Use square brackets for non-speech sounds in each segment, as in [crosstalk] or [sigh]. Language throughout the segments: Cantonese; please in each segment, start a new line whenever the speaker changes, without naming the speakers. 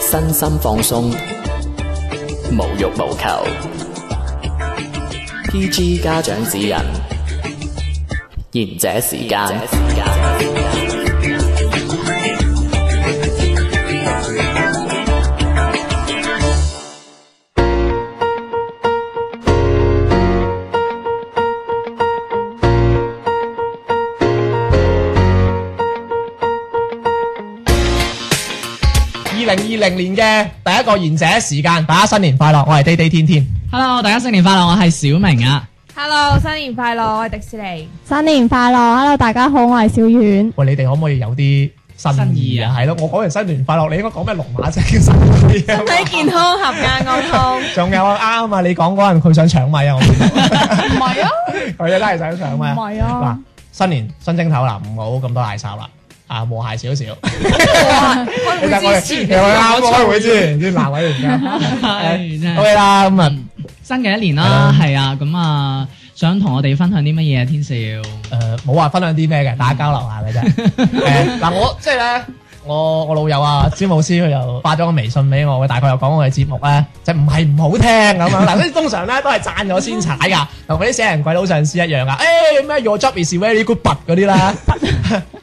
身心放鬆，無欲無求。PG 家長指引，賢者時間。
二零二零年嘅第一個賢者時間，大家新年快樂！我係地地天天。
Hello，大家新年快樂，我係小明啊。
Hello，新年快樂！我係迪士尼。
新年快樂！Hello，大家好，我係小遠。
喂，你哋可唔可以有啲新
新
意
意
啊？
啊
係咯，我講完新年快樂，你應該講咩龍馬精神嗰啲啊
身體健康，合家安康。
仲有啊，啱啊！你講嗰陣佢想搶米啊，我見到
唔係啊，
佢真係想搶米。
唔係啊
嗱，新年新蒸頭啦，唔好咁多嗌霎啦，啊和諧少少。其
開
實
[laughs]
我
會
哋
支持
其實我哋啱啱開會之前，啲男委員
係真係
OK 啦，咁啊。
新嘅一年
係
啦
啊，
係啊，咁啊，想同我哋分享啲乜嘢啊？天少，
誒呃冇話分享啲咩嘅，大家交流下嘅啫。誒嗱，我即係咧，我我老友啊，詹姆斯佢又發咗個微信俾我，佢大概又講我嘅節目咧，就唔係唔好聽咁樣。嗱，所以通常咧都係讚咗先踩㗎，同嗰啲死人鬼佬上司一樣㗎。誒咩？Your job is very good，but 嗰啲 [laughs] 啦，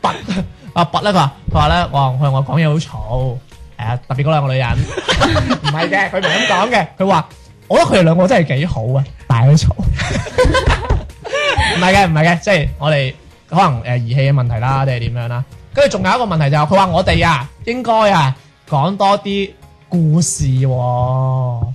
but [laughs] 啊 but 咧，佢話佢話咧，哇！佢話我講嘢好嘈，誒特別嗰兩個女人，唔係嘅，佢唔係咁講嘅，佢話我覺得佢哋兩個真係幾好啊，但係好嘈。唔係嘅，唔係嘅，即係我哋可能誒儀器嘅問題啦，定係點樣啦。跟住仲有一個問題就係佢話我哋啊，應該啊講多啲故事喎、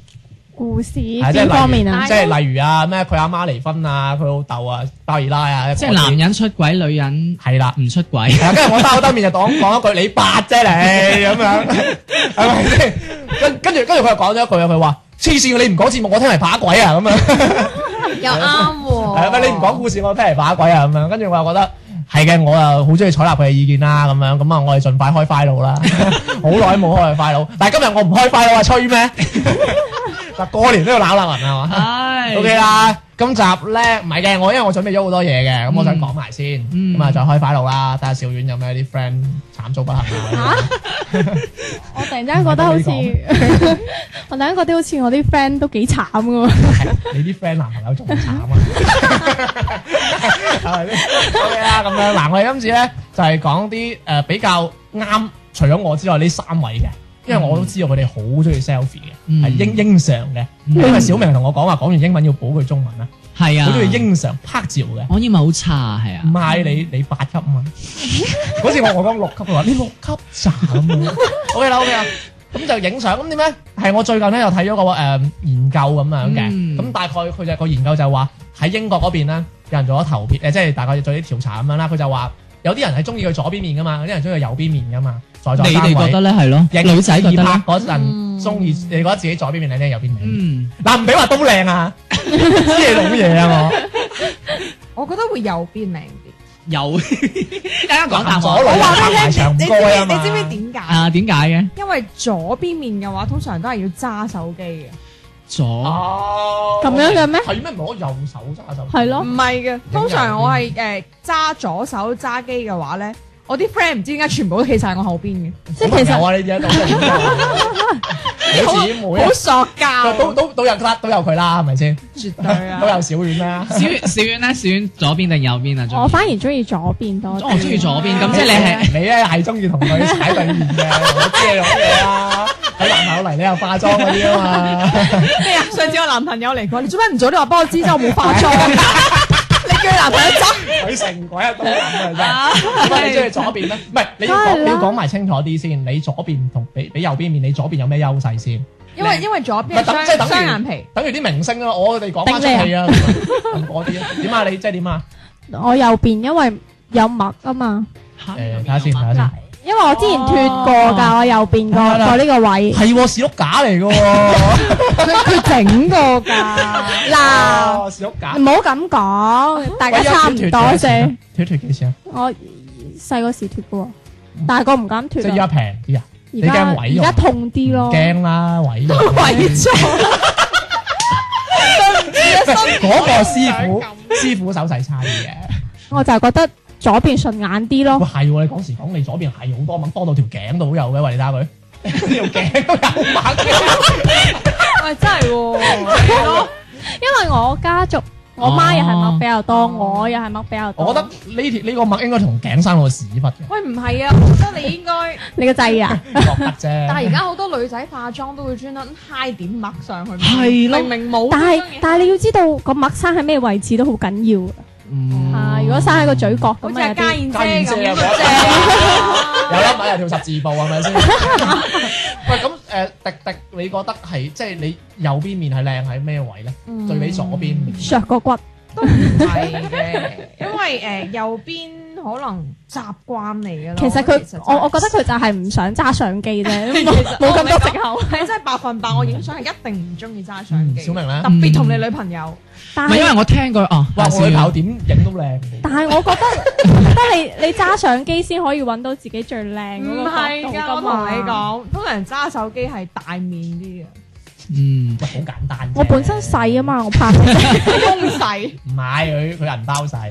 故事
係即係例
邊
如
方面啊？
即係例如啊咩佢阿媽離婚啊，佢老豆啊包二奶啊，
即係男人出軌，女人
[laughs] 係啦。
唔出
係
軌。
啊跟住我兜兜面就講 [laughs] 講一句你八啫你咁樣，係咪先？跟跟住跟住佢又講咗一句啊，佢話黐線你唔講節目，我聽嚟把鬼啊咁樣。
又啱喎。
係啊咪你唔講故事，我聽嚟把鬼啊咁樣。跟住我又覺得係嘅，我又好中意採納佢嘅意見啦咁樣。咁啊，我哋盡快開 file
[laughs]
啦，好耐冇開 file。但係今日我唔開 file 啊，吹
[laughs]
咩？嗱，過年都要鬧鬧人啊嘛。
唉
O K，啦，今集咧唔係嘅，我因為我準備咗好多嘢嘅，咁我想講埋先，
嗯
咁啊再開 file 啦，睇下小遠有咩啲 friend 慘遭不幸啊。
我突然之間覺得好似
唔係，
[laughs] 我突然間覺得好似我啲 friend 都幾慘噶喎。
[laughs] 你啲 friend 男朋友仲慘啊！係咪先 OK 啦，咁樣嗱，我哋今次咧就係講啲誒比較啱，除咗我之外呢三位嘅，因為我都知道佢哋好中意 selfie 嘅，
嗯
係英英常嘅。因為小明同我講話，講完英文要補句中文啦，
係啊，
好中意英常拍照嘅。
我英文好差，係
唔
啊，
係
嗯
你你八級啊嘛，嗰次我我講六級，佢話你六級咋咁
[laughs]
樣？OK 啦 OK 啦，咁就影相。咁點咧？係我最近咧又睇咗個誒、研究咁樣嘅，
嗯
咁、大概佢就個研究就話喺英國嗰邊咧，有人做咗投票，誒、即係大概做啲調查咁樣啦。佢就話有啲人係中意佢左邊面噶嘛，有啲人中意佢右邊面噶嘛。在座
你
三
哋覺
位，
得咧係咯，
影
女仔覺得
自拍
咧，
嗰陣
嗯
中意，你覺得自己左邊面靚定右邊面？
嗯，
嗱唔俾話都靚
[laughs]
啊，知你老嘢啊我。
我覺得會右邊靚啲。
有， [laughs] 一家講答
男左
案
女
我
右
話
拍埋長
你知唔
蓋啊
知
嘛
你知唔知點解？
啊？點解嘅？
因為左邊面嘅話，通常都係要揸手機嘅。
左
哦
咁樣嘅咩
係咩？唔係我右手揸手。
係咯
唔係嘅，通常我係誒揸左手揸機嘅話咧，我啲 friend 唔知點解全部都企晒我後邊
即係其
有
實
啊，呢啲喺
[laughs]
度。好姊妹
嘅，
啊
好，
都
塑膠，
都都有佢，都有佢啦，係咪先？
絕對啊
都！有小遠啦。
小遠小遠咧，小遠左邊定右邊啊？鍾意
我反而中意左邊
哦
多
我中意
啲。
左邊，咁即係你係。
你咧係中意同佢踩對面嘅，我知你講嘢啦。喺男友嚟，你又化妝嗰
[laughs]
啲啊嘛。[laughs]
咩啊？上次我男朋友嚟講，你做咩唔早啲話俾我知，即係我冇化妝。你叫你男朋友執，
佢成鬼一都諗啊真係。咁你中意左邊咧？唔係你要
梗係
講，
啦
你要講埋清楚啲先。你左邊同比比右邊面，你左邊有咩優勢先？
因為因為左
唔
邊
係等即係
係雙
等
雙眼
於
皮，
等於啲明星啊，我哋講翻出戲啊咁嗰啲啊。點啊？你即係點啊？
我右邊因為有墨啊嘛，
嚇
誒，睇下先，睇下先。
因為我之前脱過㗎，我右邊個
哦係啦
個呢個位，
係喎，士碌架
[laughs]
嚟嘅喎，
佢佢整過
[laughs]
㗎。
嗱，
士碌架
唔，好咁講，大家差唔多啫。
脱脱幾錢啊？
我細個時脱嘅喎，大個唔敢脱
即係
啊
依。家平啲啊？
而
你
家
驚毀
而
容
家痛啲咯，
驚啦，毀容。
[laughs] 毀咗。
[laughs] 嗰個師傅，師傅手勢差啲嘅。
我就覺得左邊順眼啲
喂，
咯，
係喎，你講時講你左邊係好多蚊，多到條頸度都有嘅。喂，你睇下佢， [laughs] 條頸都有白
[laughs]
嘅，
喂，真系喎，
因為我家族我媽又係麥比較多，我又係麥比較多。
哦我覺得呢條呢個墨應該同頸生個屎忽嘅，
喂，唔係啊，我覺得你應該，
你個掣啊，
覺得啫。
但係而家好多女仔化妝都會專登 high 點墨上去，
係咯
明明冇呢
但
張嘢，
係但係你要知道個麥生喺咩位置都好緊要
嗯
啊！如果生喺個嘴角
好
咁
似
啊，有
阿
啲
家燕姐
家燕姐
咁
啊有粒
啊，
米又跳十字步係咪先？喂，咁誒、呃迪迪，你覺得係即係你右邊面係靚喺咩位咧？
嗯
對比左邊面，
削個骨，
正係嘅，因為誒右邊可能習慣嚟㗎啦。
其實佢
真係
我我覺得佢就係唔想揸相機
[laughs]
啫，冇
其實
冇咁多
我
藉口。
係真係百分百，我影相係一定唔中意揸相
嗯
機，
小明咧
特，別同你女朋友。
但
唔係因
係
為我聽過哦，
哇！
下次
我女朋友點影都靚喎。
但係我覺得 [laughs] 覺得你你揸相機先可以揾到自己最靚嗰
唔
個
係
角度
㗎，
㗎
我同
嘛
你。講，通常揸手機係大面啲嘅，
嗯
喂，好簡單啫
我本身細啊，嘛，我怕佢 [laughs]
胸
[laughs]
細。
唔係佢佢銀包細，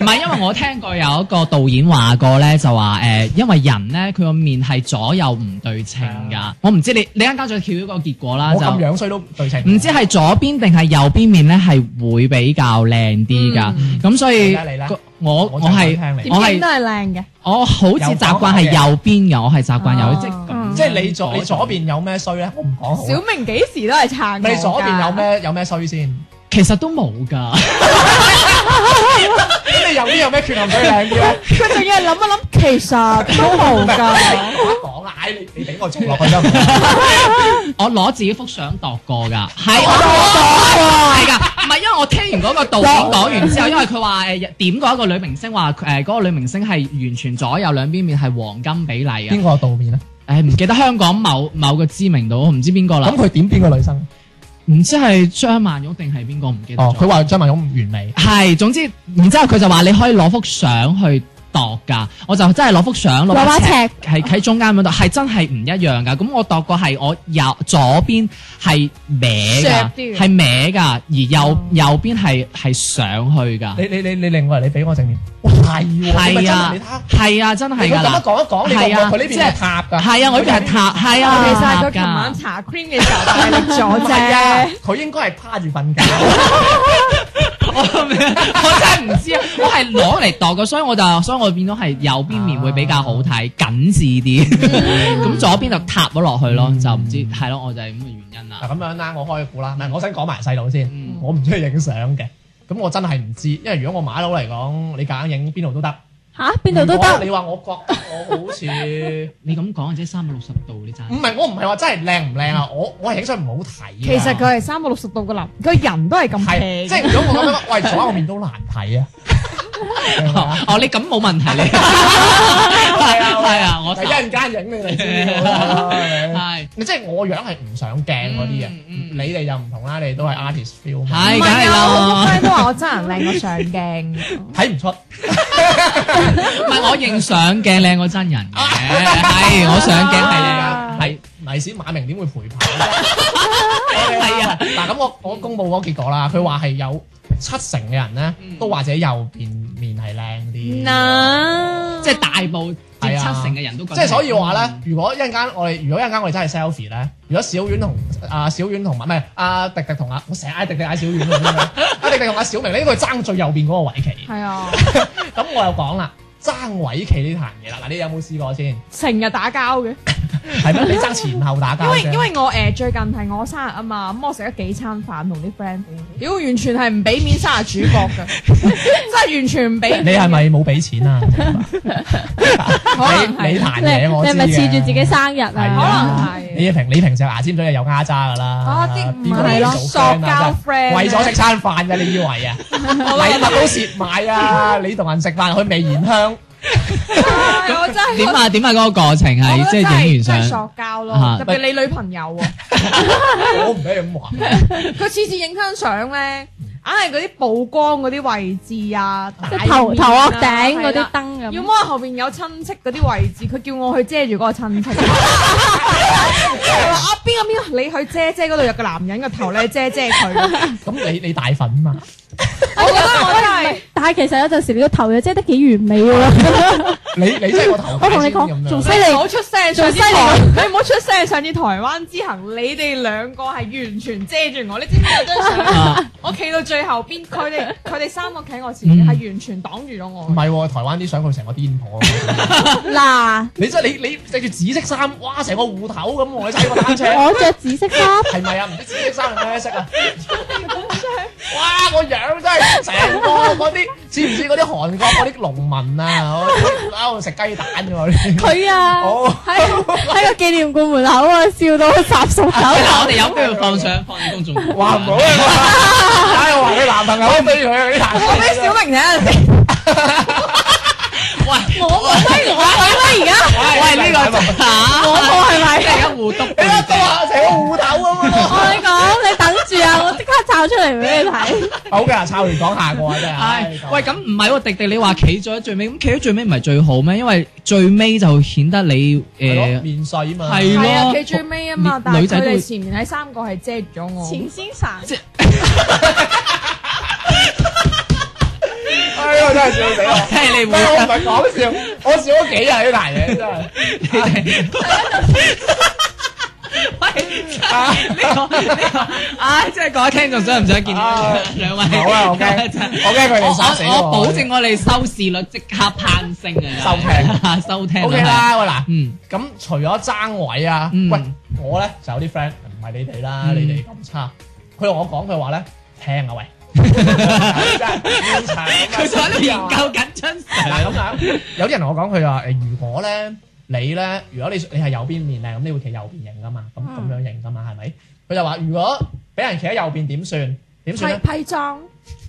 唔係，因為我聽過有一個導演話過咧，就話誒、呃因為人咧佢個面係左右唔對稱
係啊
㗎。我唔知你你啱啱再揭曉個結果啦，
我咁
就
樣衰都對稱。
唔知係左邊定係右邊面咧係會比較靚啲㗎。
嗯
咁所以
你啦你啦
個我
我
我
就係
係
聽你
我係
係靚嘅，
我好似習慣係右邊㗎，我係習慣右邊，
哦
即係咁
嗯
即係你左你左邊有咩衰咧？我唔講好
小啊
啊。
明幾時都係撐我㗎
你左邊有？咩有咩衰先？咁
其實都冇㗎。
你右邊有咩缺陷最靚啲咧？
佢仲要係諗一諗，其實都冇㗎。
講啊啦，唉你你俾我中落去得唔得？
我攞自己幅相度過㗎，係我
哦
度過，係㗎，唔係因為我聽完嗰個導演講完之後，因為佢話誒點過一個女明星話誒嗰個女明星係完全左右兩邊面係黃金比例嘅，
邊個道面咧？啊
誒唔記得香港某某個知名度，我唔知邊個啦
咁，佢點邊個女生？
唔知係張曼玉定係邊個唔記得
哦，佢
咗，
話張曼玉唔完美。
係總之，然之後佢就話你可以攞幅相去度㗎，我就真係攞幅相攞
攞把
把尺
尺。
係喺中間嗰度，係真係唔一樣噶。咁我度過係我右左邊係
削
歪
啲嘅
㗎，係歪㗎，而右
哦
右邊係係上去㗎。
你你你你另外你俾我正面，哇哦係喎，你咪真
係
係
啊
你睇下，，
係啊，真係
你咁
㗎
樣
啦。
講一講，你
係啊
個佢呢邊
即係
係塔㗎，
係啊，我呢邊係塔，係
其
啊，
實
塔
佢琴晚
㗎。
搽 cream 嘅時候大力
[laughs]
咗
唔係啊
啫。，
佢應該係趴住瞓覺， [laughs]
我我真係唔知啊，我係攞嚟度㗎，所以我就所以我變咗係右邊面會比較好睇，緊緻啲。咁左邊就塌咗落去咯，就唔知係咯，我就係咁嘅原因
嗱
啦。
咁樣啦，我開估啦，唔係我想講埋細佬先，
嗯
我唔中意影相嘅，咁我真係唔知，因為如果我馬佬嚟講，你夾硬影邊度都得，
吓，邊度都
如果
得。
你話我覺得我好
[laughs]
似唔
你咁講，即係三百六十度，你真係。
係我唔係話真係靚唔靚啊，我我係影相唔好睇啊。
其實佢係三百六十度嘅男，佢人都係咁
係
平。
即係如果我咁樣，喂左右面都難睇
[laughs]
啊，明唔明啊
哦，你咁冇問題你係啊係啊，我
我一陣間影你哋知道啦。
係啊
你即啊係我樣係唔上鏡嗰啲啊，
嗯嗯
你哋就唔同啦，你哋都係 artist feel 嘛，
係
唔
梗
係
係
啊？我好多
啦，
friend 都話我真人靚過上鏡。
睇唔出。
唔係我影相嘅靚過真人嘅，係我相鏡係靚啊，係
係黎史馬明點會陪跑啫？
係啊，
嗱咁我我公佈嗰個結果啦，佢話係有七成嘅人咧
嗯
都話自己右邊面係靚啲。
嗱，
即係大部接
係
七
啊
成嘅人都覺
即
得
係所以話咧，
嗯
如果一陣間我哋，如果一陣間我哋真係 selfie 咧，如果小婉同阿小婉同埋唔係阿迪迪同阿，我成日嗌迪迪嗌小婉咁
[laughs]
樣，阿迪迪同阿小明呢個係爭最右邊嗰個位期。
係啊，
咁我又講啦，爭位企呢壇嘢啦，嗱你有冇試過先？
成日打交嘅。
係
[laughs]
咩？你爭前後打交
因為
啫
因為我誒、呃最近係我生日啊嘛，咁我食咗幾餐飯同啲 friend，屌完全係唔俾面生日主角㗎，真係完全唔俾
你
面。
係咪冇俾錢
[laughs]
啊？你你
你
壇嘢我
你
知
係咪
嘅
黐住自己生日
係
啊？
啊
可能係
你平你平時牙尖嘴係有丫渣噶啦，
啊啲唔
邊個
係咯
同你做 friend 啊
塑膠 friend 啊
為咗食餐飯嘅，你以為
[laughs]
啊？禮物都蝕埋啊！你同人食飯去味然
[laughs]
香，
唉我真係
點啊點啊嗰個過程
我
係
覺
即
得真
係影完
真係
相，
塑膠咯，
啊
特別你女朋友啊，
我唔俾你咁話。
佢次次影張相咧，硬係嗰啲曝光嗰啲位置啊，
即
大
係頭
面
頭
啊
殼頂嗰
係
啲
啦
燈
要
咁。
麼後邊有親戚嗰啲位置，佢叫我去遮住嗰個親戚。佢話啊邊個邊個，你去遮遮嗰度有個男人個頭咧遮遮佢。
咁你你大份啊嘛？
我覺得我真係
但係其實有陣時你個頭又遮得幾完美 [laughs] 喎，
你你真係個頭
我同你
髮先咁
講
樣
仲犀
你唔
利。
好出聲上次
最犀
台，
利
你唔好出聲上次台灣之行，你哋兩個係完全遮住我，你知唔知有張相？
啊
我企到最後邊，佢哋佢哋三個企我前
嗯
面，係完全擋住咗我
唔。係喎，台灣啲相佢成個癲婆咁，
嗱，
你真係你你着住紫色衫，哇，成個護頭咁喎，你踩個單車。
我着紫色衫，
係咪啊？唔知紫色衫定咩色啊？哇！個樣真係成個嗰啲，似唔似嗰啲韓國嗰啲農民啊？喺度食雞蛋㗎喎啲。
佢啊
哦
喺喺個紀念館門口啊，笑到霎數
好
手。
啦我哋有機會放上放喺公眾號
哇！唔好啊！唉，我話你男朋友飛佢啊！你男
我俾
朋友
小明睇下先。
喂，
我我威我威而家，
喂，呢個真
我我係咪？
係一互督
你一到啊，成個護頭咁
我
喎。
同你講，你等住啊！我即刻抄出嚟俾你睇。
好嘅，抄完講下個啊，真係。唉
唉，喂，咁唔係喎，迪迪你話企咗喺最尾，咁企咗最尾唔係最好咩？因為最尾就顯得你呃
係咯
誒
面細啊嘛。
係
係啊，
咯，
企最尾啊嘛，
女
但係
女仔
佢
都會
哋前面喺三個係遮住咗我。
先生，
哎呀，真係笑死我！
即係你
唔
會
係
[laughs]
我唔係講笑，我笑咗幾日呢壇嘢真係。啊
呢個呢個， [laughs] 唉，真係各位聽眾想唔想見
啊
兩位？
好啊，我驚，
[laughs]
我驚佢
我
哋殺死
我我保證我哋收視率即刻攀升
收
啊！ [laughs] 收聽，收聽
O K，啦，喂嗱，
嗯，
咁除咗爭位啊，
嗯
喂，我咧就有啲 friend 唔係你哋啦，
嗯
你哋咁差，佢同我講佢話咧聽
[laughs]
啊喂，真係啊調查
佢就喺度研究緊張
嗱咁啊，有啲人同我講佢話誒，如果咧你咧，如果你你係右邊面咧，咁你會企右邊型噶嘛，
嗯
咁咁樣型噶嘛，係咪？佢就話如果俾人企喺右邊點算？點算咧？
批批裝，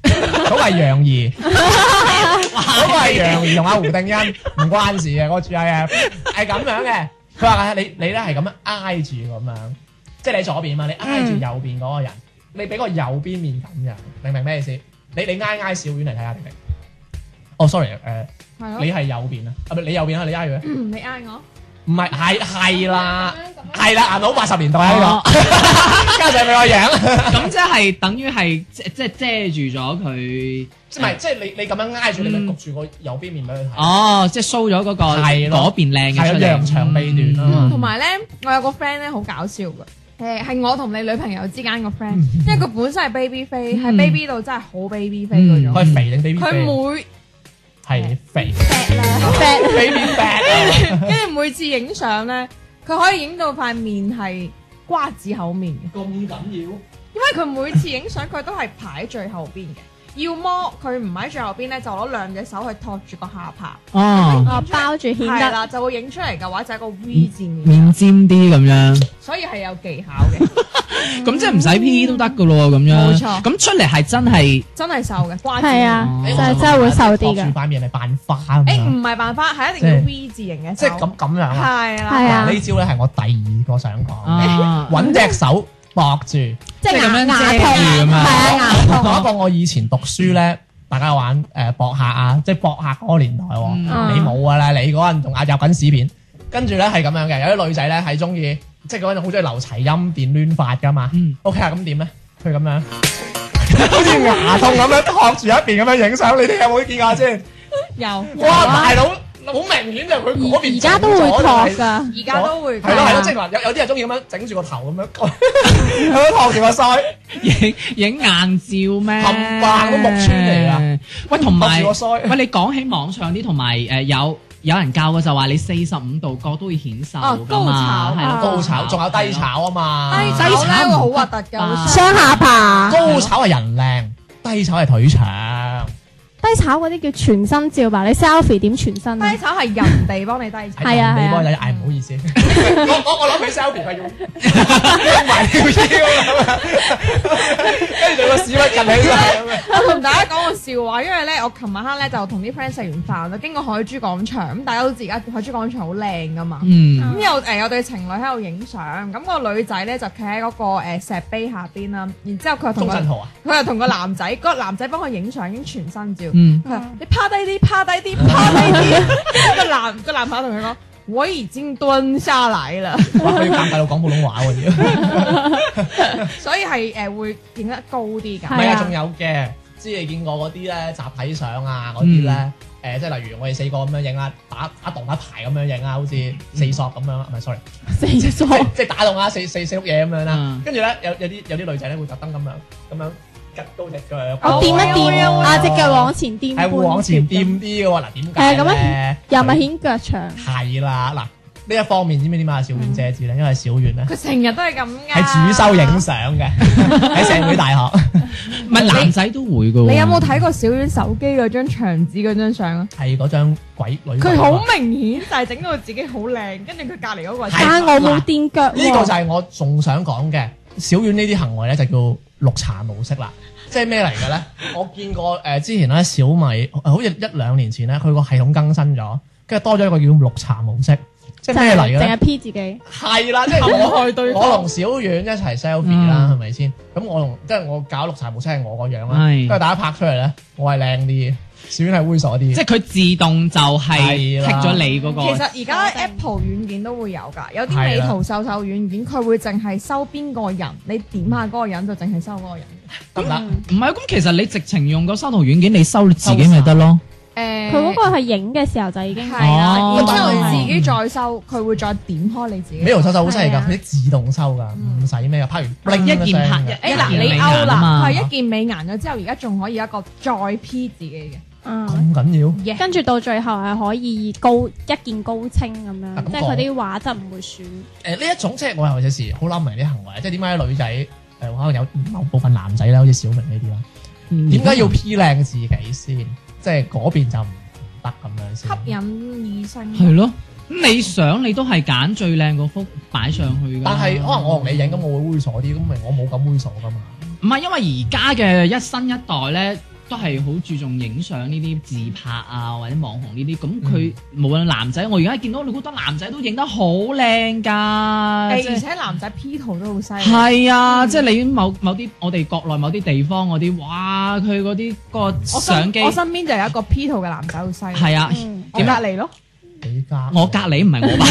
嗰個係楊
[laughs]
怡，嗰個係楊怡同阿胡定欣，唔關事嘅，我住係係咁樣嘅。佢話你你咧係咁樣挨住咁樣，即係你左邊嘛，你挨住右邊嗰個人，你俾個右邊面咁樣，明唔明咩意思？你你挨挨小丸嚟睇下，明唔明？哦，sorry，誒、
係咯
你。係右邊啊，啊唔係你右邊啊，你挨佢，
嗯你嗌我。
唔係係係啦
咁，樣咁樣
係啦，銀佬八十年代啊
[laughs]
呢個，加上你個樣。
咁即係等於係即即係遮住咗佢，
即係即係你你咁樣挨住，你咪焗住個右邊面俾佢睇。
哦，即係 show 咗嗰個
係咯
嗰邊靚嘅
係
出
啊，
嚟，
揚長避短啊嘛。
同埋咧，我有個 friend 咧好搞笑嘅，誒係我同你女朋友之間個 friend，因
嗯
為佢本身係 baby 飛，係 baby 到真係好 baby 飛嗰種。
佢係肥定
嗯
baby
佢
肥？
每
係肥
啡
baby fat 啊
[laughs] 跟住每次影相咧，佢可以影到塊面係瓜子口面嘅，
咁緊要？
因為佢每次影相佢都係排喺最後邊嘅，要麼佢唔喺最後邊咧，就攞兩隻手去托住個下巴，
哦，
我包住顯
係
得
啦，就會影出嚟嘅話就係個 V 字面，
面尖啲咁樣。
所以係有技巧嘅，
咁即係唔使 P 都得噶咯，咁樣。
冇錯
咁出嚟係真係
真係瘦嘅瓜子面。
係啊
哦，
就係真係會瘦啲
托住
嘅。
塊面嚟扮花咁
誒
樣，
唔係辦法，係一定要 V 字形嘅手，
即係咁咁樣啊。
係啦，
係啊
嗱呢招咧係我第二個想講，
啊，
揾隻手搏住。
即
即係咁
係
樣
牙牙
遮
痛，
住咁樣
係啊牙痛。
講一個我以前讀書咧，大家玩誒博客啊，即係博客嗰個年代喎，
嗯
你冇噶啦，你嗰陣仲壓入緊屎片，跟住咧係咁樣嘅，有啲女仔咧係中意，即係嗰陣好中意留齊音變攣髮噶嘛
嗯
，OK 啊，咁點咧？佢咁
[laughs]
樣，好似牙痛咁樣托住一邊咁樣影相，你哋有冇見過先？
有
哇，大佬！好明顯就係佢嗰
而
邊
而家都會
整咗就
托
係
㗎，
而家都會
哦係咯係咯，即係
係
話有有啲人中意咁樣整住個頭咁樣， [laughs] 咁樣托住個腮，
影影硬照咩？
冚唪唥都木村嚟啊！
喂，同
托
埋
住個腮。
喂，你講起網上啲同埋誒有有人教嘅就話你四十五度角都會顯瘦
哦
㗎嘛
高
係啦
炒
Ờ.
高炒，仲有低。炒啊嘛。
低
低
炒
炒
咧
唔
會好核
得吧
突㗎，會
雙下巴。
高炒係人靚，低炒係腿長。
低炒嗰啲叫全身照吧？你 selfie 點全身啊
低？炒係人哋幫你低
[laughs]
炒，
係啊
你
係啊
幫你嗌唔好
[laughs]
意思。我我我諗起 selfie 係用用埋條腰咁樣，跟住就個屎忽近起身。
我同大家講個笑話，因為咧我琴晚黑咧就同啲 friend 食完飯啦，經過海珠廣場，咁大家都知而家海珠廣場好靚㗎嘛。
嗯，
咁有誒有對情侶喺度影相，咁個女仔咧就企喺嗰個誒石碑下邊啦，然之後佢又同
鍾
個
鎮濤啊，
佢又同個男仔，嗰個男仔幫佢影相，已經全身照。
嗯
佢話你趴低啲，趴低啲，趴低啲。個男個男朋友同佢講：我已經蹲下來啦，
哇佢要尷尬到講普通話喎要。
[laughs] 所以係誒會影得高啲
唔係
㗎。
係
啊，
啊
仲有嘅，知你見過嗰啲咧集體相啊嗰啲咧，誒即係例如我哋四個咁樣影啦，打打動一排咁樣影啊，好似四索咁樣啦，唔係 sorry，
四隻數，
[laughs] 即即係打動啊四四四碌嘢咁樣啦
嗯，
跟住咧有有啲有啲女仔咧會特登咁樣咁樣趌高只腳，
我掂一
會啊
掂，
會
啊只腳往前掂，
係會往前掂，啲嘅喎，嗱點解
係咁
咧？
又咪顯腳長？
係啦，嗱呢一方面知唔知點解阿小遠姐知咧？因為小遠咧
佢成日都係咁㗎。
係主修影相嘅，喺社會大學
唔係男仔都會噶。
你有冇睇過小丸手機嗰張牆紙嗰張相啊？
係嗰張鬼女。
佢好明顯就係整到自己好靚，跟住佢隔離嗰
係
個
但我冇踮腳
呢個就
喎，
係我仲想講嘅，小丸呢啲行為咧就叫綠茶模式啦。即係咩嚟嘅咧？我見過誒、呃之前咧小米，呃好似一兩年前咧，佢個系統更新咗，跟住多咗一個叫綠茶模式，即係咩嚟嘅
淨
咧
係？P 自己，
[laughs] 係啦，即係我去對我同小丸一齊 selfie 啦，係咪先？咁我同即係我搞綠茶模式係我個樣啦，
係
跟住大家拍出嚟咧，我係靚啲嘅，小丸係猥瑣啲嘅，
即係佢自動就係
係啦
剔咗你嗰
其
個。
實而家
定
Apple 軟件都會有㗎，有啲
係
美
啦
圖秀秀軟件，佢會淨係收邊個人，你點下嗰個人就淨係收嗰個人。
得唔得？
嗯
唔係，咁其實你直情用個修圖軟件，你修你自己咪得咯。
誒，
佢嗰個係影嘅時候就已經
係
係
啦，
哦
然之後你自己再收，佢會再點開你自己
美。容手手好犀利
係
㗎，
啊
佢啲自動收㗎，唔使咩㗎，拍完 bling
一鍵拍
聲
一
嘅
誒嗱，
一鍵美
你
顏啊
勾啦，
嘛
佢係一件美顏咗之後，而家仲可以有一個再 P 自己嘅。
嗯
咁緊要？
跟住到最後係可以高一見高清咁
啊
樣，
咁
即係
講
佢啲畫質唔會損。
誒呢一種即係我有時好諗明啲行為，即係點解女仔誒可能有某部分男仔咧，好似小明呢啲啦，
嗯
點解要 P 靚自己先？即係嗰邊就唔得咁樣先。
吸引異性。
係咯？咁你想你都係揀最靚嗰幅擺上去㗎。
但係可能我同你影咁，我會猥瑣啲，咁咪我冇咁猥瑣噶嘛。
唔係因為而家嘅一新一代咧，都係好注重影相呢啲自拍啊，或者網紅呢啲。咁佢、
嗯
無論男仔，我而家見到你好多男仔都影得好靚㗎，
誒
即
而
係
且男仔 P 圖都好犀利。
係啊，即係你某某啲我哋國內某啲地方嗰啲，哇！佢嗰啲個
我身
相機
我身邊就有一個 P 圖嘅男仔好犀利。
係啊，
嗯
我隔離咯。
你家
我隔離唔係我吧？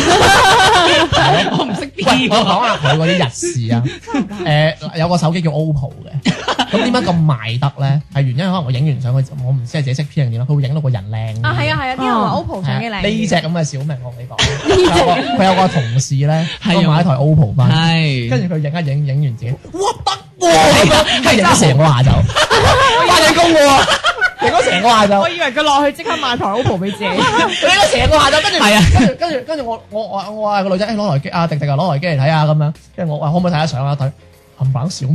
我唔識
喂，
啲
我
喎。
講下佢嗰啲日事
[laughs]
啊。誒、有個手機叫 OPPO 嘅，咁點解咁賣得咧？係原因可能我影完相佢，我唔知係自己識 P 定點啦，佢會影到個人靚啲。
啊，係啊，係啊，啲人話 OPPO 相機
係
靚
啊
啲。
呢只咁嘅小明，我同你講，有個佢有個同事咧，
係
佢買台 OPPO 翻嚟，
係，啊
跟住佢影一影，影完自己，哇得喎，係影咗成個下晝，翻緊工喎，影咗成個下晝
我。以為佢落去即刻買台 OPPO 俾自己。
佢影咗成個下晝，跟住
係啊
跟住跟住跟住我我我我話個女仔，誒攞台機啊，迪迪啊，攞台機嚟睇下咁樣，跟住我話可唔可以睇下相啊？睇冚棒小妹，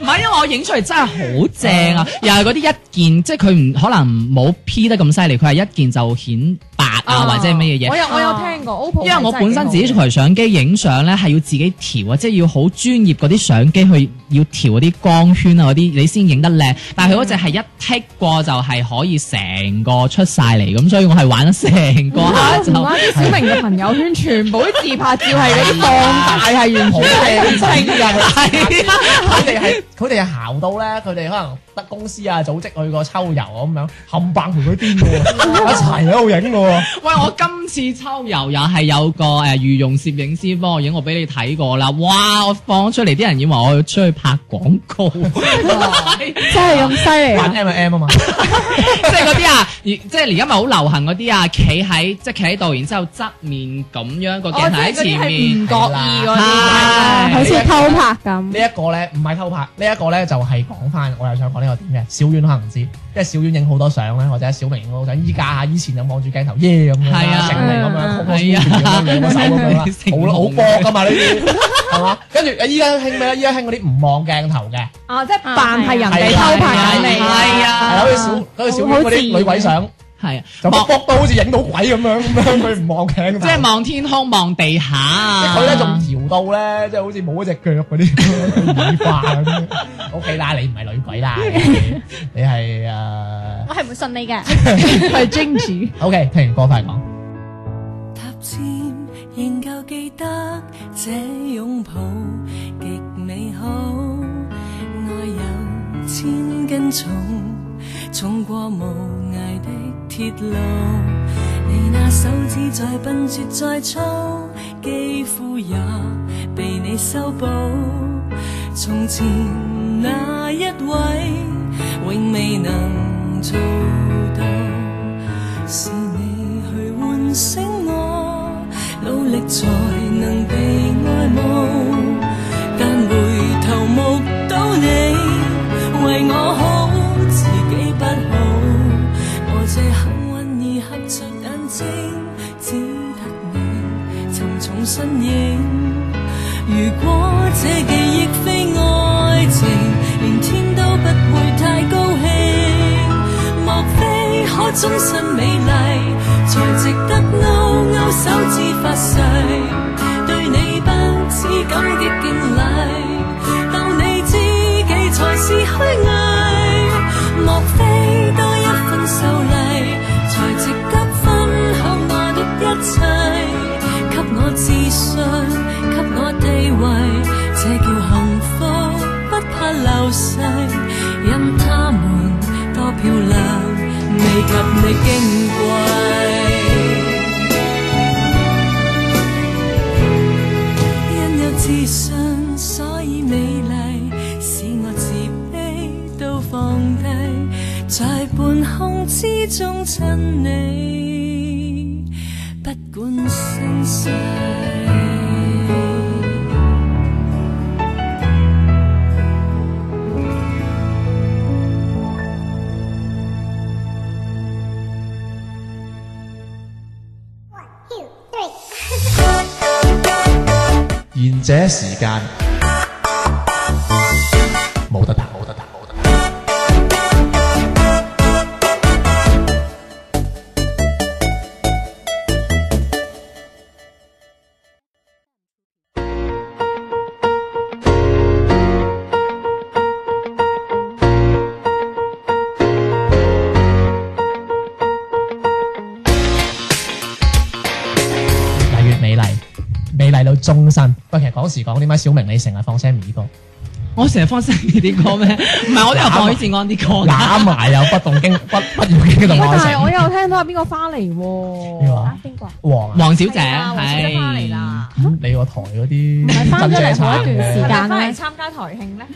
唔係，因為我影出嚟真係好正啊！又係嗰啲一件，即係佢唔可能冇 P 得咁犀利，佢係一件就顯白啊，或者係乜嘢
我
嘢。
有我有聽過 OPPO，
因為我本身自己
真係幾好
台相機影相咧，係要自己調啊，即係要好專業嗰啲相機去要調嗰啲光圈啊嗰啲，你先影得靚。但係佢嗰只係一剔過就係可以成個出晒嚟，咁所以我係玩咗成個下
唔
晝。
怪之小明嘅朋友圈全部啲自拍照係嗰啲放大，係完
好靚仔㗎！
係啊
佢哋係佢哋係姣到咧，佢哋可能得公司啊組織去個秋遊啊咁樣，冚棒陪佢癲嘅
[laughs]
喎，一齊喺度影嘅喎。
喂，我今次秋遊又係有個誒御用攝影師幫我影，我俾你睇過啦。哇！我放出嚟啲人以為我要出去拍廣告， [laughs] 即
真係咁犀利
玩 [laughs]
啊！
M M 啊嘛，
係嗰啲啊，而即係而家咪好流行嗰啲啊，企喺即係企喺度，然之後側面咁樣個鏡頭喺
哦即係嗰啲
前
係
面
唔。覺意嗰
[laughs]
係
啲。
啊好似偷拍咁
呢。一個咧唔係偷拍，呢一個咧就係講翻，我又想講呢個點嘅。小遠可能唔知，因為小遠影好多相咧，或者小明影好多相，依家啊以前就望住鏡頭耶咁樣
係啊
啦，整嚟咁
嗯
樣，空空
係啊
咁樣兩個手咁樣啦
[laughs] 成，夢
好好波噶嘛呢啲，係嘛？跟住哎依家興咩咧？依家興嗰啲唔望鏡頭嘅，
啊，即係扮係人哋
係啊
偷拍緊你。
係
à.
啊
係啦好似小好似小遠嗰啲女鬼相，
係啊，
就
望
搏到好似影到鬼咁樣咁樣，佢唔望鏡頭
即係望天空，望地下
即係
啊。
佢咧仲調到咧，即係好似冇一隻腳嗰 [laughs] 啲異化咁樣。O K 啦，你唔係女鬼 [laughs] 啦，你你係誒 ờ,
我係唔會信你嘅。
係 Jinji。
O K，聽完歌快講。
塔尖，仍舊記得這擁抱極美好，愛有千斤重，重過無涯的鐵路。你那手指再笨拙再粗，肌膚也被你修補。從前那一位。永未能做到，是你去喚醒我，努力才能被愛慕。但回頭目睹你為我好，自己不好，我這幸運兒合着眼睛，只得你沉重身影。如果這記憶非愛情，連天都不會太高興。莫非可終身美麗，才值得勾勾手指發誓，對你不止感激敬禮，當你知己才是虛偽。莫非多一份秀麗，才值得分享我的一切？給我自信，給我地位，這叫幸福，不怕流逝。任他們多漂亮，未及你矜貴。因有自信，所以美麗，使我自卑都放低，在半空之中親你，不管盛世。
贤者時間冇得彈，冇得彈，冇得彈。越嚟越美麗，美麗到終身。喂，其實講時講，點解小明你成日放聲咪歌，
我成日放星期啲歌咩？
[laughs]
唔係，我都有放許志安啲歌㗎。
啊
揦埋又不動經不不要經動
但
愛
係我
情？
又聽到係邊個翻嚟喎？
啊
邊個啊？
黃啊，
黃小姐
係啊黃小姐翻嚟
係
啦，
你個台嗰啲
係返咗嚟嗰一
真
段
係慘
時
嘅
係咪翻
間間
嚟
咧
參加台慶咧？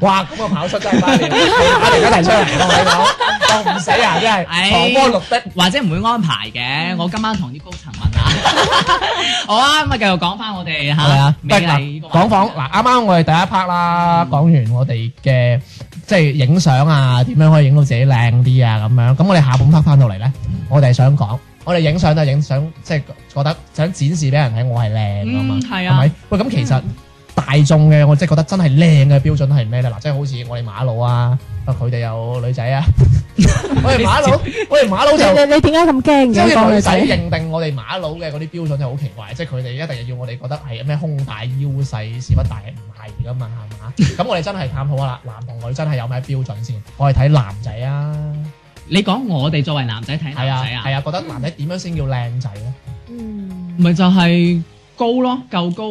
哇！咁我跑出真係翻嚟，我而家提出嚟，我同你講，我唔死啊！真係
唉
狂魔綠的。
或者唔會安排嘅。我今晚同啲高層問下。
嗯
[laughs] 好啊，咁啊繼續講翻我哋
係
嚇
啊，
美
得
麗
嗱，
呢個
講講嗱，啱啱我哋第一 part 啦，講完我哋嘅即係影相啊，點樣可以影到自己靚啲啊咁樣。咁我哋下半 part 翻到嚟咧，我哋係想講，我哋影相都係影相，即係覺得想展示俾人睇我係靚啊嘛
嗯，係
係
啊
咪？喂，咁其實大眾嘅我即係覺得真係靚嘅標準係咩咧？嗱，即係好似我哋馬佬啊，佢哋有女仔啊，我哋馬佬，我哋馬佬就。
你你你點解咁驚
即係
嘅？
好似
個
女
女
仔
仔
認定我哋馬佬嘅嗰啲標準就好奇怪，即係佢哋一定要我哋覺得係咩胸大腰細屎忽大，唔係噶嘛，係嘛？咁我哋真係探討下啦，男同女真係有咩標準先？我哋睇男仔啊，
你講我哋作為男仔睇
係
男
啊，
仔啊
係，啊，覺得男仔點樣先叫靚仔啊咧？
Ừ. 嗯，
咪就係高咯，夠高，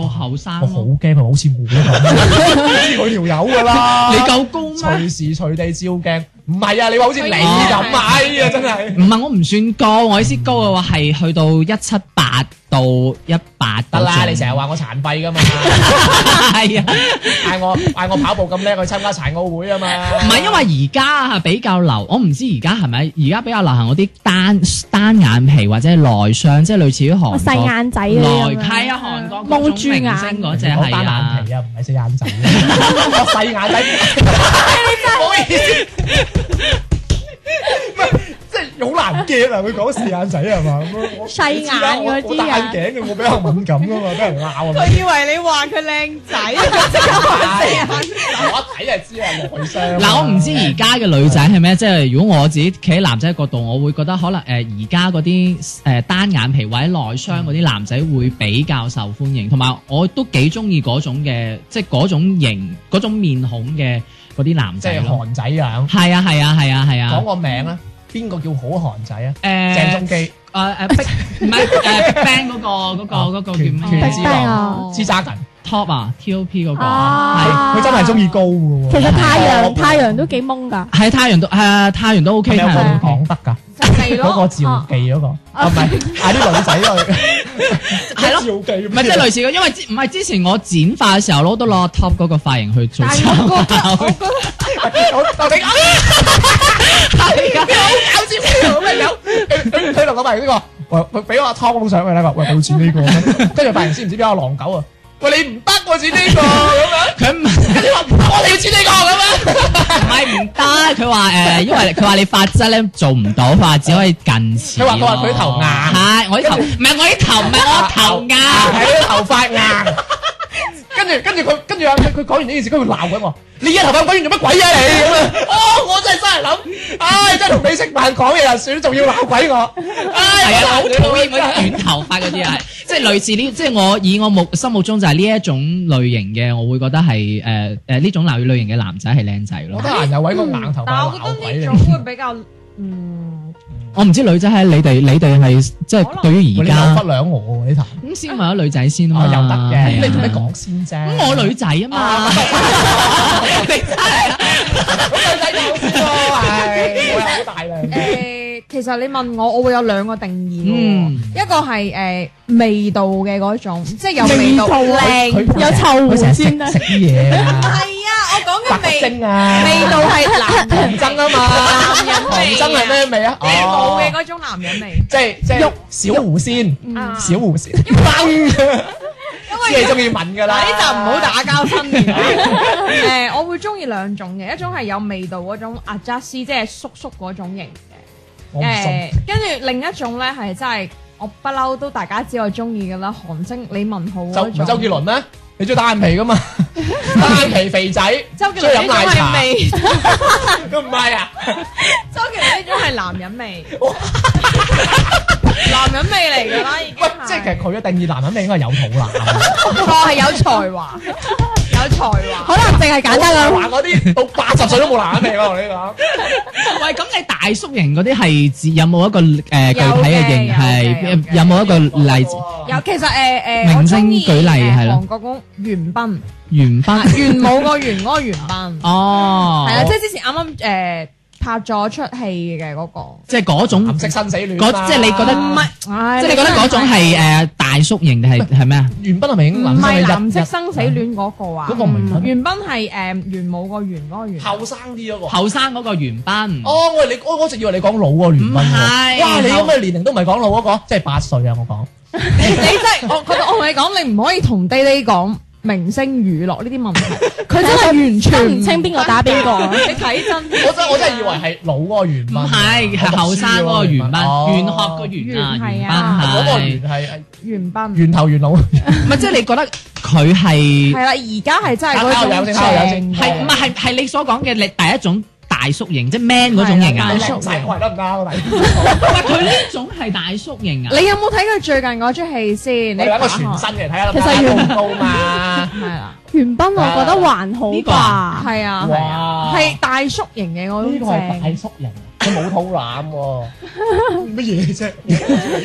夠後生
我好
咯。
驚啊，好似我咁，佢條友噶啦，
你夠高咩
隨？時隨地照鏡，唔係啊，你話好似你咁啊，哎呀，真
[laughs]
係。
唔係我唔算高，我意思高嘅話係去到一七八到一八
得啦，你成日
日
話我殘廢噶嘛，
係啊，
嗌我嗌我跑步咁叻去參加殘奧會啊嘛，
唔係因為而家係比較流，我唔知而家係咪而家比較流行嗰啲單單眼皮或者係內雙，即係類似於韓
細
國
眼仔嗰啲
內
咁樣
係啊，韓國
蒙
嗰
住
種明星
眼。
嗰只
我
係
單
啊
眼皮。啊，唔係四
[laughs]
眼仔，我細眼仔。唔好意思，唔係即係好難 get 啊！佢講四眼仔
[laughs]
係嘛咁樣我
細眼嗰啲啊
我戴眼鏡嘅，我比較敏感
[laughs]
噶嘛，俾人鬧啊！
以為你話佢靚 [laughs] 仔，即刻話四眼
嗱我一睇就知係內傷啊。
嗱，我唔知而家嘅女仔係咩，即係如果我自己企喺男仔角度，我會覺得可能誒而家嗰啲誒單眼皮或者內雙嗰啲男仔會比較受歡迎，同埋我都幾中意嗰種嘅，即係嗰種型、嗰種面孔嘅嗰啲男
即
仔
係
咯。
韓仔樣，
係啊係啊係啊係
講
啊！
個名啦，邊個叫好韓仔啊？鄭
誒
中基、
誒誒逼唔係誒 band 嗰個嗰個嗰個叫咩
權
逼
之
低啊
狼、之渣緊，
？Top 啊，T.O.P 嗰個係
啊
佢真係中意高嘅喎。
其實太
啊我
陽太陽都幾蒙㗎，
係太陽都誒太陽都 OK
係咪有
太
冇
陽都 OK
講得㗎？
就係
嗰個
咯，
趙記嗰個，啊唔係 [laughs] 嗌啲女仔去，
係咯
趙記
唔係即係類似嘅，因為之唔係之前我剪髮嘅時候攞到攞 top 嗰個髮型去做
但係
參
我覺得
考
我覺得
究竟啊搞笑
啊
咁嘅友，佢佢佢同我埋呢個，喂佢俾我湯窿上去啦， [laughs] 佢話喂冇錢呢個，跟住發型師唔知邊個狼狗啊，喂你唔得我剪呢個咁
佢唔係
樣，你話唔得我哋要剪呢個咁樣，
唔係唔得，佢話誒，因為佢話你髮質咧做唔到，佢話只可以近似
佢
咯。
話佢話佢頭硬
係我啲頭，唔係我啲頭，唔係我 [laughs] 頭硬。
係啊頭髮硬。 [laughs] 跟住跟住佢跟住啊佢佢講完呢件事，佢會鬧緊我，你而家頭髮滾完做乜鬼啊你咁啊？哦，我真係真係諗，唉、真係同你食飯講嘢就算，仲要鬧鬼我，唉、
係啊，好討厭嗰
真係
啲短頭髮嗰啲啊，係即係類似呢，即係我以我目心目中就係呢一種類型嘅，我會覺得係誒誒呢種男類型嘅男仔係靚仔
我
咯
得。閒有位個硬頭髮
但係我
鬧
覺
鬼
得呢
你。
種會比較嗯，
我唔知女仔喺你哋，你哋係即係對於
喂
而
你又
家
忽略我喎呢頭，
咁先問咗女仔先啊
啊
嘛，
又得嘅，
係啊
咁你做咩講先啫？
咁我女仔啊 [laughs] 嘛，你真係啊
咁女仔講先咯，係我又好大量。
誒，其實你問我，我會有兩個定義嘅
嗯
喎，一個係誒味道嘅嗰種，即係有味道靚。
佢
有臭狐
佢成日食
先得
食啲嘢啊，
係啊，我講
白
嘅味
精啊，
味道係男人
唐僧啊嘛，
男人
唐
味
僧係咩味啊？
冇嘅
哦，
嗰種男人味。
即係即係小狐仙，
啊
小狐仙，崩，知你中意吻㗎啦，
嗱，呢集唔好打交分裂。 [laughs] 誒，我會中意兩種嘅，一種係有味道嗰種阿扎斯，即係叔叔嗰種型嘅。
我唔
誒
信，，
跟住另一種咧係真係我不嬲都大家知我中意嘅啦，韓星李文浩
周
嗰
唔
種。
係周杰倫咧，你中意單眼皮㗎嘛？單眼皮肥仔，
周杰
中意飲
倫呢種
奶
係
茶， [laughs]
味， [laughs]
唔係啊？
周杰倫呢種係男人味， [laughs] 男人味嚟㗎啦，已經
喂，
係。
即係其實佢嘅定義男人味應該係有肚腩，
我係有才華，有才華。
可能淨係
À,
簡單兩
話嗰啲到八十歲都冇男人味喎，我同你講。
喂，咁你大叔型嗰啲係指有冇一個誒、呃、具體嘅型
有嘅有
係
嘅
有冇一個例子？
有其實誒誒，我
明星
中意
舉例係啦
韓國公元彬。
元班
元武個元嗰個元彬，
哦，
係啦，即係之前啱啱誒拍咗出戲嘅嗰個，
即係嗰種，
藍色
即
生死戀
嗰
啦
即係你覺得
唔係，即
係你覺得嗰種係誒大叔型定係係咩啊？
袁斌係咪已經
唔
藍色
係
嘅
藍
日
色生死戀嗰個啊？
嗰個唔係
嗯元彬係誒元武個元嗰個元，
後生啲嗰個？
後生嗰個元班，
哦，我係你我我一直以為你講老喎，袁斌
唔係
喎。哇，你咁嘅年齡都唔係講老嗰個，即係八歲啊！我講
你你真係我覺得我同你講，你唔可以同低低講明星娛樂呢啲問題，佢真係完全
分唔清邊個打邊個啊
你睇真，
我真我真係以為係老嗰個袁
唔
斌，
係係後生嗰個元班，
Ờ.
玄學個元啊，
元
元
係啊
嗰個
班係
袁，係
元彬
源頭元老，
唔係即係你覺得佢係
係啦，而家係真係嗰
打交友
種
先打交友先
正
係唔係係係你所講嘅你第一種大叔型，即係 man 嗰種型啊？
係啊大叔
靚仔喂得唔得啊？我哋
喂，佢呢種係大叔型啊？
你有冇睇佢最近嗰出戲先？
我
你
哋揾個
打
全
開
新嘅睇下，
其實袁
高啊高嘛？
係啦。
元彬，我覺得還好
呢個
吧
啊。
係啊，係啊，
哇
係大叔型嘅我
呢
都
個係
正。
大叔人，佢冇肚腩喎，乜嘢啫？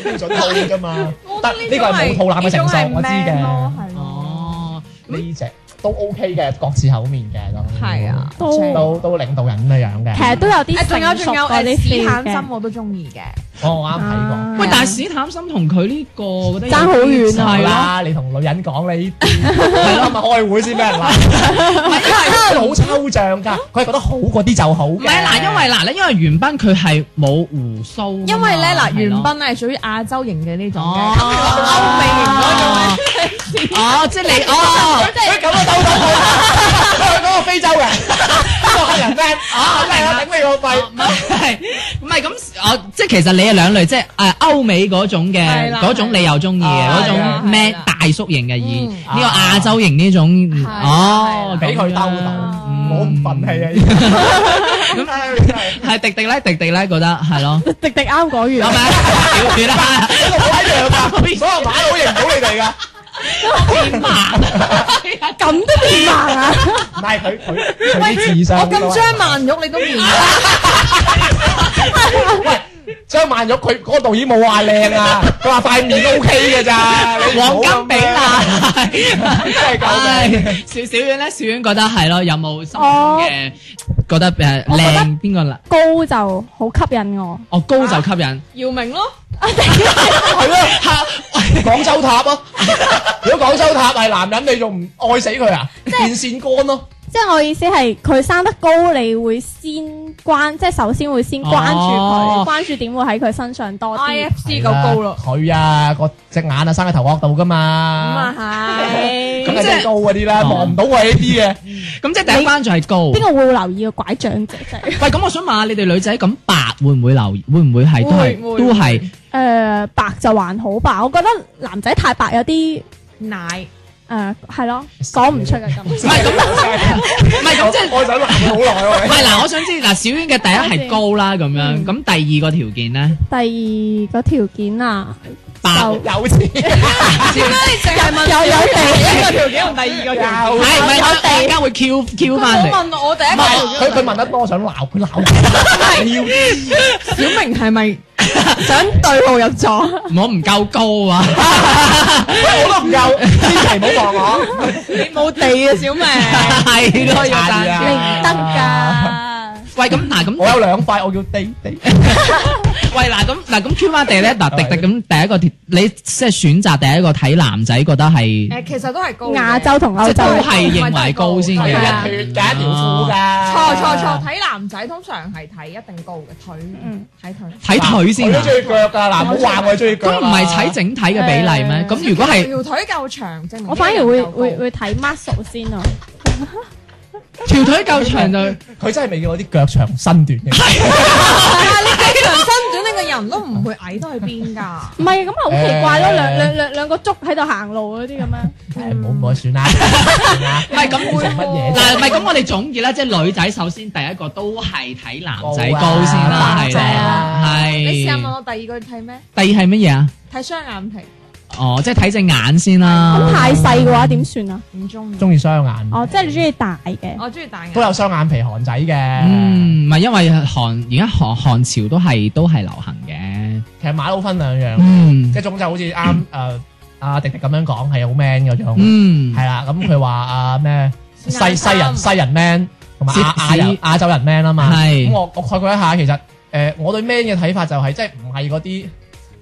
標準套㗎 [laughs] 嘛？但呢個係冇肚腩嘅成數，我知嘅。
係咯，
哦，
呢只都 OK 嘅，各自口面嘅咁。
係啊，
都
正
都都領導人咁嘅樣嘅。
其實都有啲
誒仲有仲有
嗰啲
誒斯
feel
坦
嘅
森我都中意嘅，
哦我啱睇過。
喂，但係史坦森同佢呢個，我覺得有
爭好遠啊
係
係咯，
啦，你同女人講你係咯，咪開會先俾人鬧。唔係，因為好抽象㗎，佢係覺得好嗰啲就好嘅。
唔係嗱，因為嗱咧，因為元彬佢係冇胡鬚㗎嘛，
因為咧嗱，
係
元
咯
彬係屬於亞洲型嘅呢種
哦
嘅，咁如果歐美型嗰種咧，
哦，即係你哦，
佢咁啊，鬥到佢，佢嗰個非洲嘅，嗰個黑人 friend 啊，真係啊，頂你個肺！
[laughs] 唔係唔係咁，我即係其實你係兩類，即係誒歐美嗰種
係
嘅
啦
嗰種你又中意嘅
係啦
嗰
係啦
種
係
咩
啦
大叔型嘅，
嗯
而呢個亞洲型呢種
係啦
哦，
俾佢兜到，唔好咁憤氣啊！咁唉真係
係迪迪咧，迪迪咧覺得係咯，
迪迪啱講
有
完
咪，？屌你啦，
呢個好樣㗎，所有馬佬認唔到你哋㗎。
天麻，
咁都變盲啊！
唔係佢佢佢啲智商。
我咁張曼玉你都面，
張曼玉佢嗰個導演冇話靚啊，佢話塊面 O K 嘅咋，你唔好
黃
咁
金比例。
樣，真係夠命。
唉，小小遠咧，小遠覺得係咯，有冇心目中
哦
嘅覺得誒
我覺得
靚邊個啦？
高就好吸引我，
哦，高就吸引，
姚明咯，
係咯，廣 [laughs] 州塔啊！如果廣州塔係男人，你仲唔愛死佢啊？電線杆咯，
即係我意思係佢生得高，你會先關，即係首先會先關注
哦
佢，關注點會喺佢身上多啲。
IFC 夠高咯，
佢啊個隻眼啊生喺頭殼度噶
咁
嗯
嘛，
啊
咁
係，
係真係高嗰啲啦，
哦
望唔到我呢啲嘅。
咁即係第一關就係高。
邊個會留意個拐杖姐姐？
喂，咁我想問下你哋女仔咁白會唔會留意？會唔會係都係
會會
都係？
誒白就還好吧，我覺得男仔太白有啲
奶
誒係咯，講唔出嘅
[laughs]
咁。
唔係咁，唔係咁即係。
我想諗好耐喎
唔係嗱，我想知嗱，小丸嘅第一係高啦，咁樣咁第二個條件咧，
第二個條件啊，
白
就
你，有錢。
有有地，
有
係唔係？我大家會 Q Q 翻嚟。
佢冇問我第一
唔係佢佢問得多想鬧佢鬧佢，你要
小明係 [laughs] 咪想對號入座？
我唔夠高啊！
我都唔夠，千祈唔好望我。
你冇地啊，小明。
係咯，有
差啲
單
啊
你唔得㗎。
喂，咁嗱，咁
我有兩塊，我叫地地。
喂嗱，咁嗱，咁 Q 翻地咧，嗱，迪迪咁第一個條，你即係選擇第一個睇男仔，覺得係
[laughs] 誒，其實 [laughs] 都係高嘅。
亞洲同歐
即係
洲
都係認為高先
有
嘅
一
係。啊
血㗎，一條褲㗎。
錯錯錯，睇男仔通常係睇一定高嘅腿
嗯，
睇腿。
睇腿先
我
啊
都中意腳㗎，嗱，唔好話我中意腳
咁
啊。
唔係睇整體嘅比例咩？
誒
咁如果係
條腿夠長，證明
我反而會
呢個人夠高
會會睇 muscle 先啊，
條腿夠長就
佢真係未見我啲腳長身短嘅。
但係你腿長身短，你個人都唔會矮得去邊㗎。
唔係咁啊，好奇怪咯，
誒
兩兩兩兩個竹喺度行路嗰啲
[laughs]
咁樣，
誒，唔好唔好算啦。算啦
唔係咁
做乜嘢啫？
嗱，唔係咁，我哋總結啦，即係女仔首先第一個都係睇男仔高先啦，
高啊
係
男仔
啦，
啊
係。
你試下問我第二句睇咩？
第二係乜嘢啊？
睇雙眼皮，
哦，即係睇隻眼先啦。
咁太細嘅話點算啊？
唔中意。
中意雙眼，
哦，即係你中意大嘅，
我中意大眼
都。有雙眼皮韓仔嘅。
嗯，唔係因為韓而家韓韓潮都係都係流行嘅。
其實馬騮分兩樣，
嗯
一種就好似啱誒阿迪迪咁樣講係好 man 嗰種，
嗯，
係啦。咁佢話啊咩西
眼
西人
三
西人 man 同埋亞亞
是
人亞洲人 man 啊嘛。
係
咁我我概括一下，其實誒我對 man 嘅睇法就係即係唔係嗰啲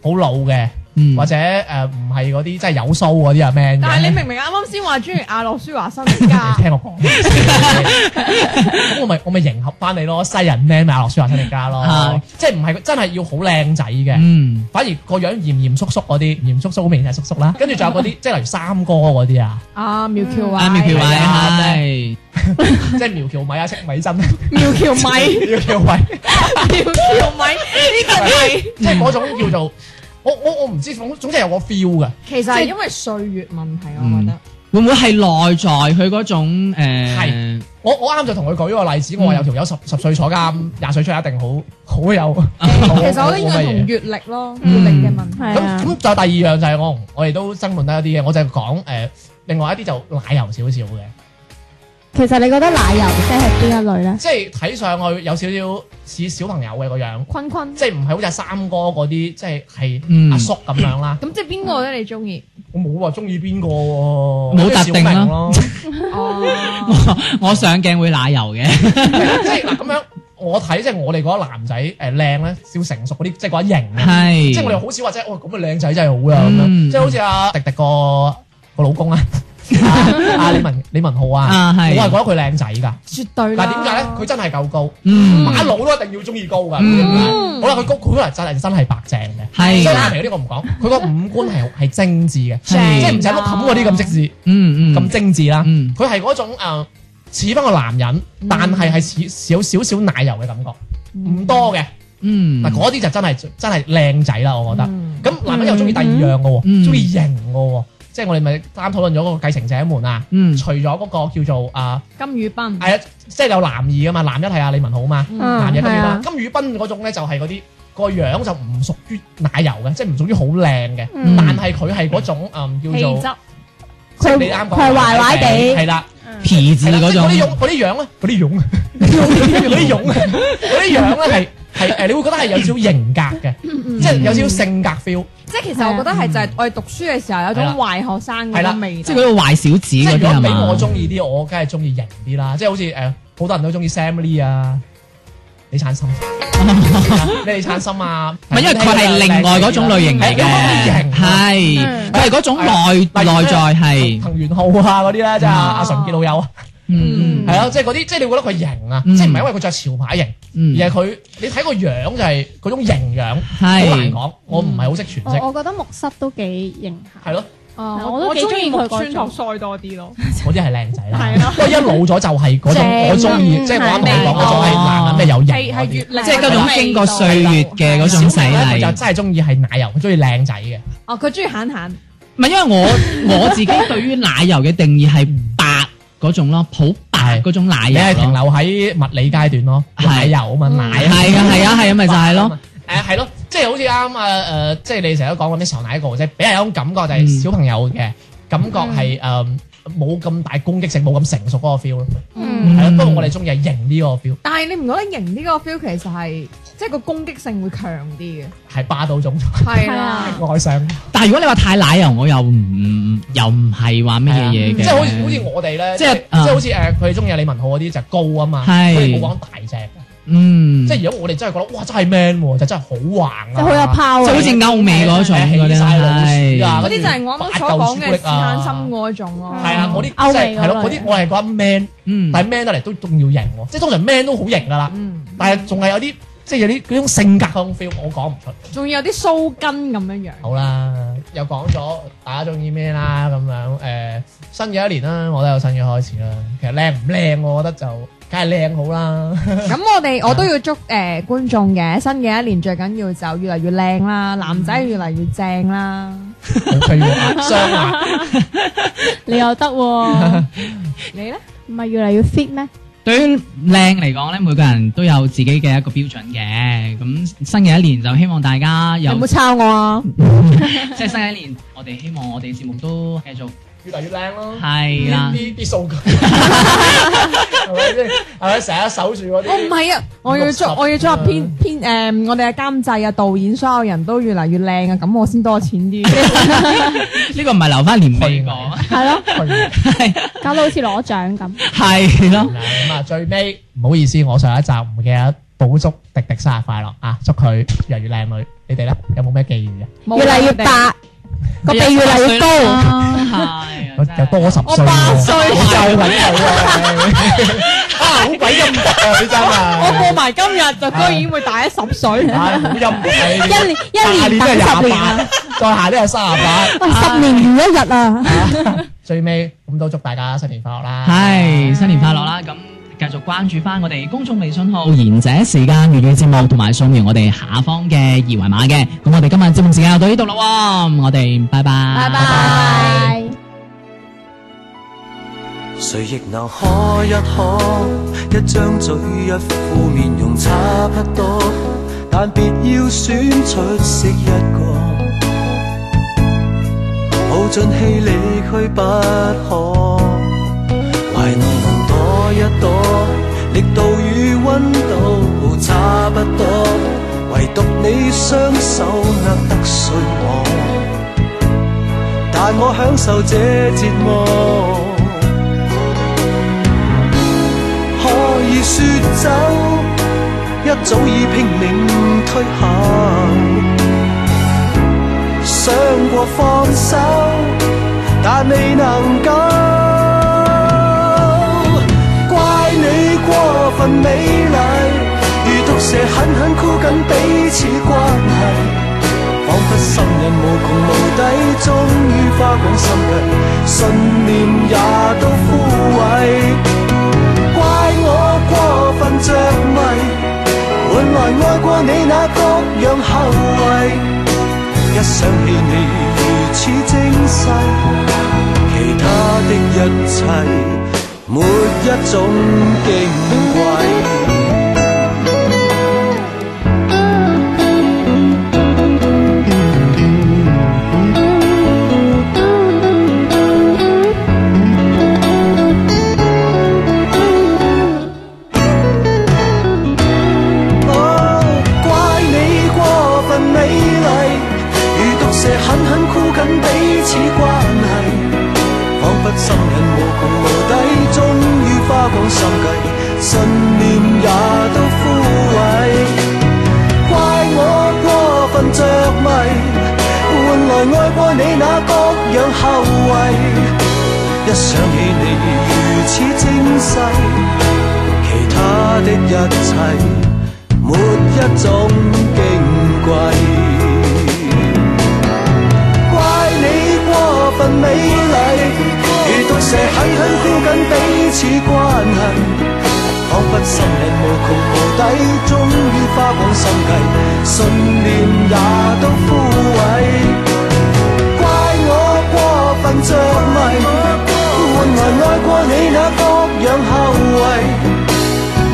好老嘅，
嗯
或者誒唔係嗰啲即係有須嗰啲啊 man 嘅。
但係你明明啱啱先話中意阿諾舒華辛力加 [laughs]
你，聽我講先，咁我咪我咪迎合翻你咯，西人 man 咪阿諾舒華辛力加咯
啊
係，
即係唔係真係要好靚仔嘅，
嗯
反而個樣嚴嚴肅肅嗰啲，嚴肅肅好明顯係叔叔啦，跟住仲有嗰啲
[laughs]
即係例如三哥嗰啲啊，
啊苗僑
阿苗僑
偉，
係啊
偉係
即係苗僑米啊、戚米珍、
苗僑米，
[laughs] 苗僑米，
苗僑米，呢個係
即係嗰種叫做我我我唔知，總總之係有個 feel 嘅，
其實係因為歲月問題，我覺得。
會唔會係內在佢嗰種誒？
係我我啱就同佢舉個例子，
嗯
我話有條友十十歲坐監，廿歲出嚟一定好好有，
啊其實我覺得應該同閱歷咯，閱歷嘅問題。
係
咁
啊
咁，就第二樣就係我同我哋都爭論得一啲嘅，我就係講誒，另外一啲就奶油少少嘅，
其實你覺得奶油即係邊一類咧？
即係睇上去有少少似小朋友嘅個樣，
坤坤，
即係唔係好似阿三哥嗰啲，即係係
嗯
阿叔咁樣啦。
咁即係邊個咧？你中意？
我冇話中意邊個喎，
冇特定
小
啦
明咯，
[laughs] 哦，
[laughs] 我上鏡會奶油嘅。
[laughs] 即係嗱咁樣，我睇即係我哋嗰個男仔誒靚咧，少成熟嗰啲，即係嗰一型啊
係，
即係我哋好少話即係，哦咁嘅靚仔真係好啊咁樣，
嗯
即係好似阿迪迪個個老公 [laughs] 啊，阿李文李文浩啊，
啊
我
係
係覺得佢靚仔㗎。
絕對啦。
但係點解咧？佢真係夠高，
嗯
馬佬都一定要中意高㗎。
嗯
好啦，佢高，佢可能真係真係白淨嘅，
係
所以拉明嗰啲我唔講。佢個五官係係精緻嘅，
[laughs]
即
係
係唔使碌冚嗰啲咁精
嗯
緻
嗯
咁精緻啦。
嗯
佢係嗰種誒似翻個男人，但係係似少少少奶油嘅感覺，唔多嘅。
嗯
嗱，嗰啲就真係真係靚仔啦，我覺得。
嗯
咁男人又中意第二樣嘅喎，
嗯
中意型嘅喎，即係我哋咪啱討論咗嗰個繼承者們啊，
嗯
除咗嗰個叫做啊。
金宇彬，
係啊，即係有男二噶嘛，男一係阿李文浩嘛，
嗯
男
嗯，
一金宇
係啊
彬，，金宇彬嗰種咧就係嗰啲個樣就唔屬於奶油嘅，即係唔屬於好靚嘅，
嗯
但係佢係嗰種嗯叫
氣
做
質，
即係你啱講
佢係壞壞地
係啦，
皮子
係啦，即
嗰
係嗰
種
啲樣嗰啲樣咧，嗰啲樣
[laughs]
啊嗰啲樣啊嗰啲樣咧係係誒，你會覺得係有少少型格嘅，
嗯
即係有少少性格 feel，
即係其實我覺得係就係我哋讀書嘅時候有種壞學
係
生嗰
啦
種味
即
道
係。嗰個壞小子
即係
嗰
如
啲係
果俾
嘛？
我中意啲，我梗係中意型啲啦，即係好似誒好多人都中意 Sam Lee 啊，李燦
[laughs]
森。你哋產心啊？
唔係因為佢係另外嗰種類型嚟
係嗰種
嘅，
型啊
係
嗯
佢係嗰種內
例如
內在係
藤原浩啊嗰啲咧，即係阿阿純潔老友啊，
嗯
係咯，即係嗰啲，即係你會覺得佢型啊，
嗯
即係唔係因為佢着潮牌型，
嗯，
而係佢你睇個樣就係嗰種型樣，
係哦
好難講，我唔係好識詮釋，
我我覺得木室都幾型下。
係咯，
哦
我都幾
鍾
鍾意佢嗰種
木村拓哉多啲咯。
嗰啲係靚仔啦
係咯，
不過一老咗就係嗰種
啊
正
我中意，即係我啱同你講嗰種
哦
係男人咩有型
係
嗰
係
啲
越。靚
即係嗰種經過歲月嘅嗰種
小
洗
朋友咧佢就
禮。
真係中意係奶油，佢中意靚仔
啊
嘅，
哦，佢中意閒閒，
唔係因為我 [laughs] 我自己對於奶油嘅定義係白嗰種咯，好白嗰種奶
你係
油
停
咯。
留喺物理階段咯，
係
奶油啊嘛，
嗯
奶啊
係啊係啊係啊，咪就係咯。。
誒係咯，即係好似啱啊誒，即係你成日都講嗰啲受奶個，即係俾人有種感覺就
嗯
係小朋友嘅感覺係誒冇咁大攻擊性，冇咁成熟嗰個 feel 咯。
嗯
係咯，不過我哋中意係型呢個 feel，
但係你唔覺得型呢個 feel 其實係即係個攻擊性會強啲嘅？
係霸道
[laughs]
總裁
係
啊
愛上，
但係如果你話太奶油，我又唔又唔係話乜嘢嘢嘅。
即係好似好似我哋咧，
即
即
係啊
係即係好似誒佢哋中意李文浩嗰啲就高啊嘛，
係
佢哋冇講大隻嘅。
嗯，
即
即
係如果我哋真係覺得哇，真係 man 喎，就真係好橫啊，
即係好有
係
power，
好似歐美嗰種
係
嗰
起
啲
晒老鼠啊
嗰啲就係我啱啱所講嘅試探心嗰種咯。
係啊，我啲
嗯歐
即係
美嗰
係咯，
類
嗰啲我係覺得 man，
嗯，
但係 man 得嚟都仲要型喎，即係通常 man 都好型㗎啦，
嗯，
但係仲係有啲即係有啲嗰種性格嗰種 feel，我講唔出。
仲要有啲鬚根咁樣樣。
好啦，又講咗大家中意咩啦咁樣誒，新嘅一年啦，我都有新嘅開始啦。其實靚唔靚，我覺得就梗係靚好啦。
[laughs]
咁我哋我都要祝誒觀眾嘅新嘅一年最緊要就越嚟越靚啦，男仔越嚟越正啦。
好佢
啊
要 [laughs] 雙眼，
你
[laughs]
又得喎，
你咧？
唔係越嚟越 fit 咩？
對於靚嚟講咧，每個人都有自己嘅一個標準嘅。咁新嘅一年就希望大家
有
有
冇抄我啊？
即係新嘅一年，我哋希望我哋節目都繼續
越嚟越靚咯。
係啦
呢。啲啲
[laughs]
數據係咪先？係咪成日守住嗰啲？
我唔係啊！我
六
要祝
十
我要祝
啊
編編誒，我哋嘅監製啊、導演，所有人都越嚟越靚啊，咁我先多錢啲。
呢個唔係留翻年尾講，
係咯，
係
搞到好似攞獎咁。
係咯。
咁啊，最尾唔好意思，我上一集唔記得補祝迪迪生日快樂啊！祝佢越嚟越靚女。你哋咧有冇咩寄語啊？
越嚟越白，個鼻越嚟越高。
啊
我
係
又多十歲
我
喎，
八歲
我就揾佢啊！啊，好鬼陰毒啊！你真
我
係，
過埋今日就居然會大咗十歲。
唉，好陰毒啊！呢
一年
啲下
一年
都係
等十
廿
年
八
啊！，
再下年係三十八。
喂，十年如一日啊！
最尾咁都祝大家新年快樂啦！
係新年快樂啦！咁繼續關注翻我哋公眾微信號《賢者時間粵語節目》，同埋掃描我哋下方嘅二維碼嘅。咁我哋今日節目時間就到呢度啦喎，我哋拜拜，
拜拜
拜。
誰亦能可一可，一張嘴一副面容差不多，但別要選出色一個，耗盡氣力去不可。懷內能躲一躲，力度與温度差不多，唯獨你雙手握得碎我，但我享受這折磨。可以說走，一早已拼命推後。想過放手，但未能夠。怪你過分美麗，如毒蛇狠狠箍緊彼此關係，彷彿心癮無窮無底，終於花光心力，信念也都枯萎。怪我過分着迷，換來愛過你那各樣後遺。一想起你如此精細，其他的一切沒一種敬畏。哦，怪你過分美麗，如毒蛇狠狠箍緊彼此關係，彷彿心癮無窮無底，終於花光心計，信念也都枯萎。怪我過分着迷，換來愛過你那各樣後遺。一一想起你如此精細，其他的一切沒一種矜貴。怪你過分美麗，如毒蛇狠狠箍緊彼此關係，彷彿心靈無窮無底，終於花光心計，信念也都枯萎。怪我過分着迷，換來愛過你那各樣後遺，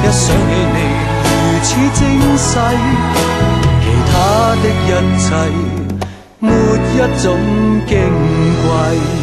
一想起你如此精細，其他的一切。沒一種矜貴。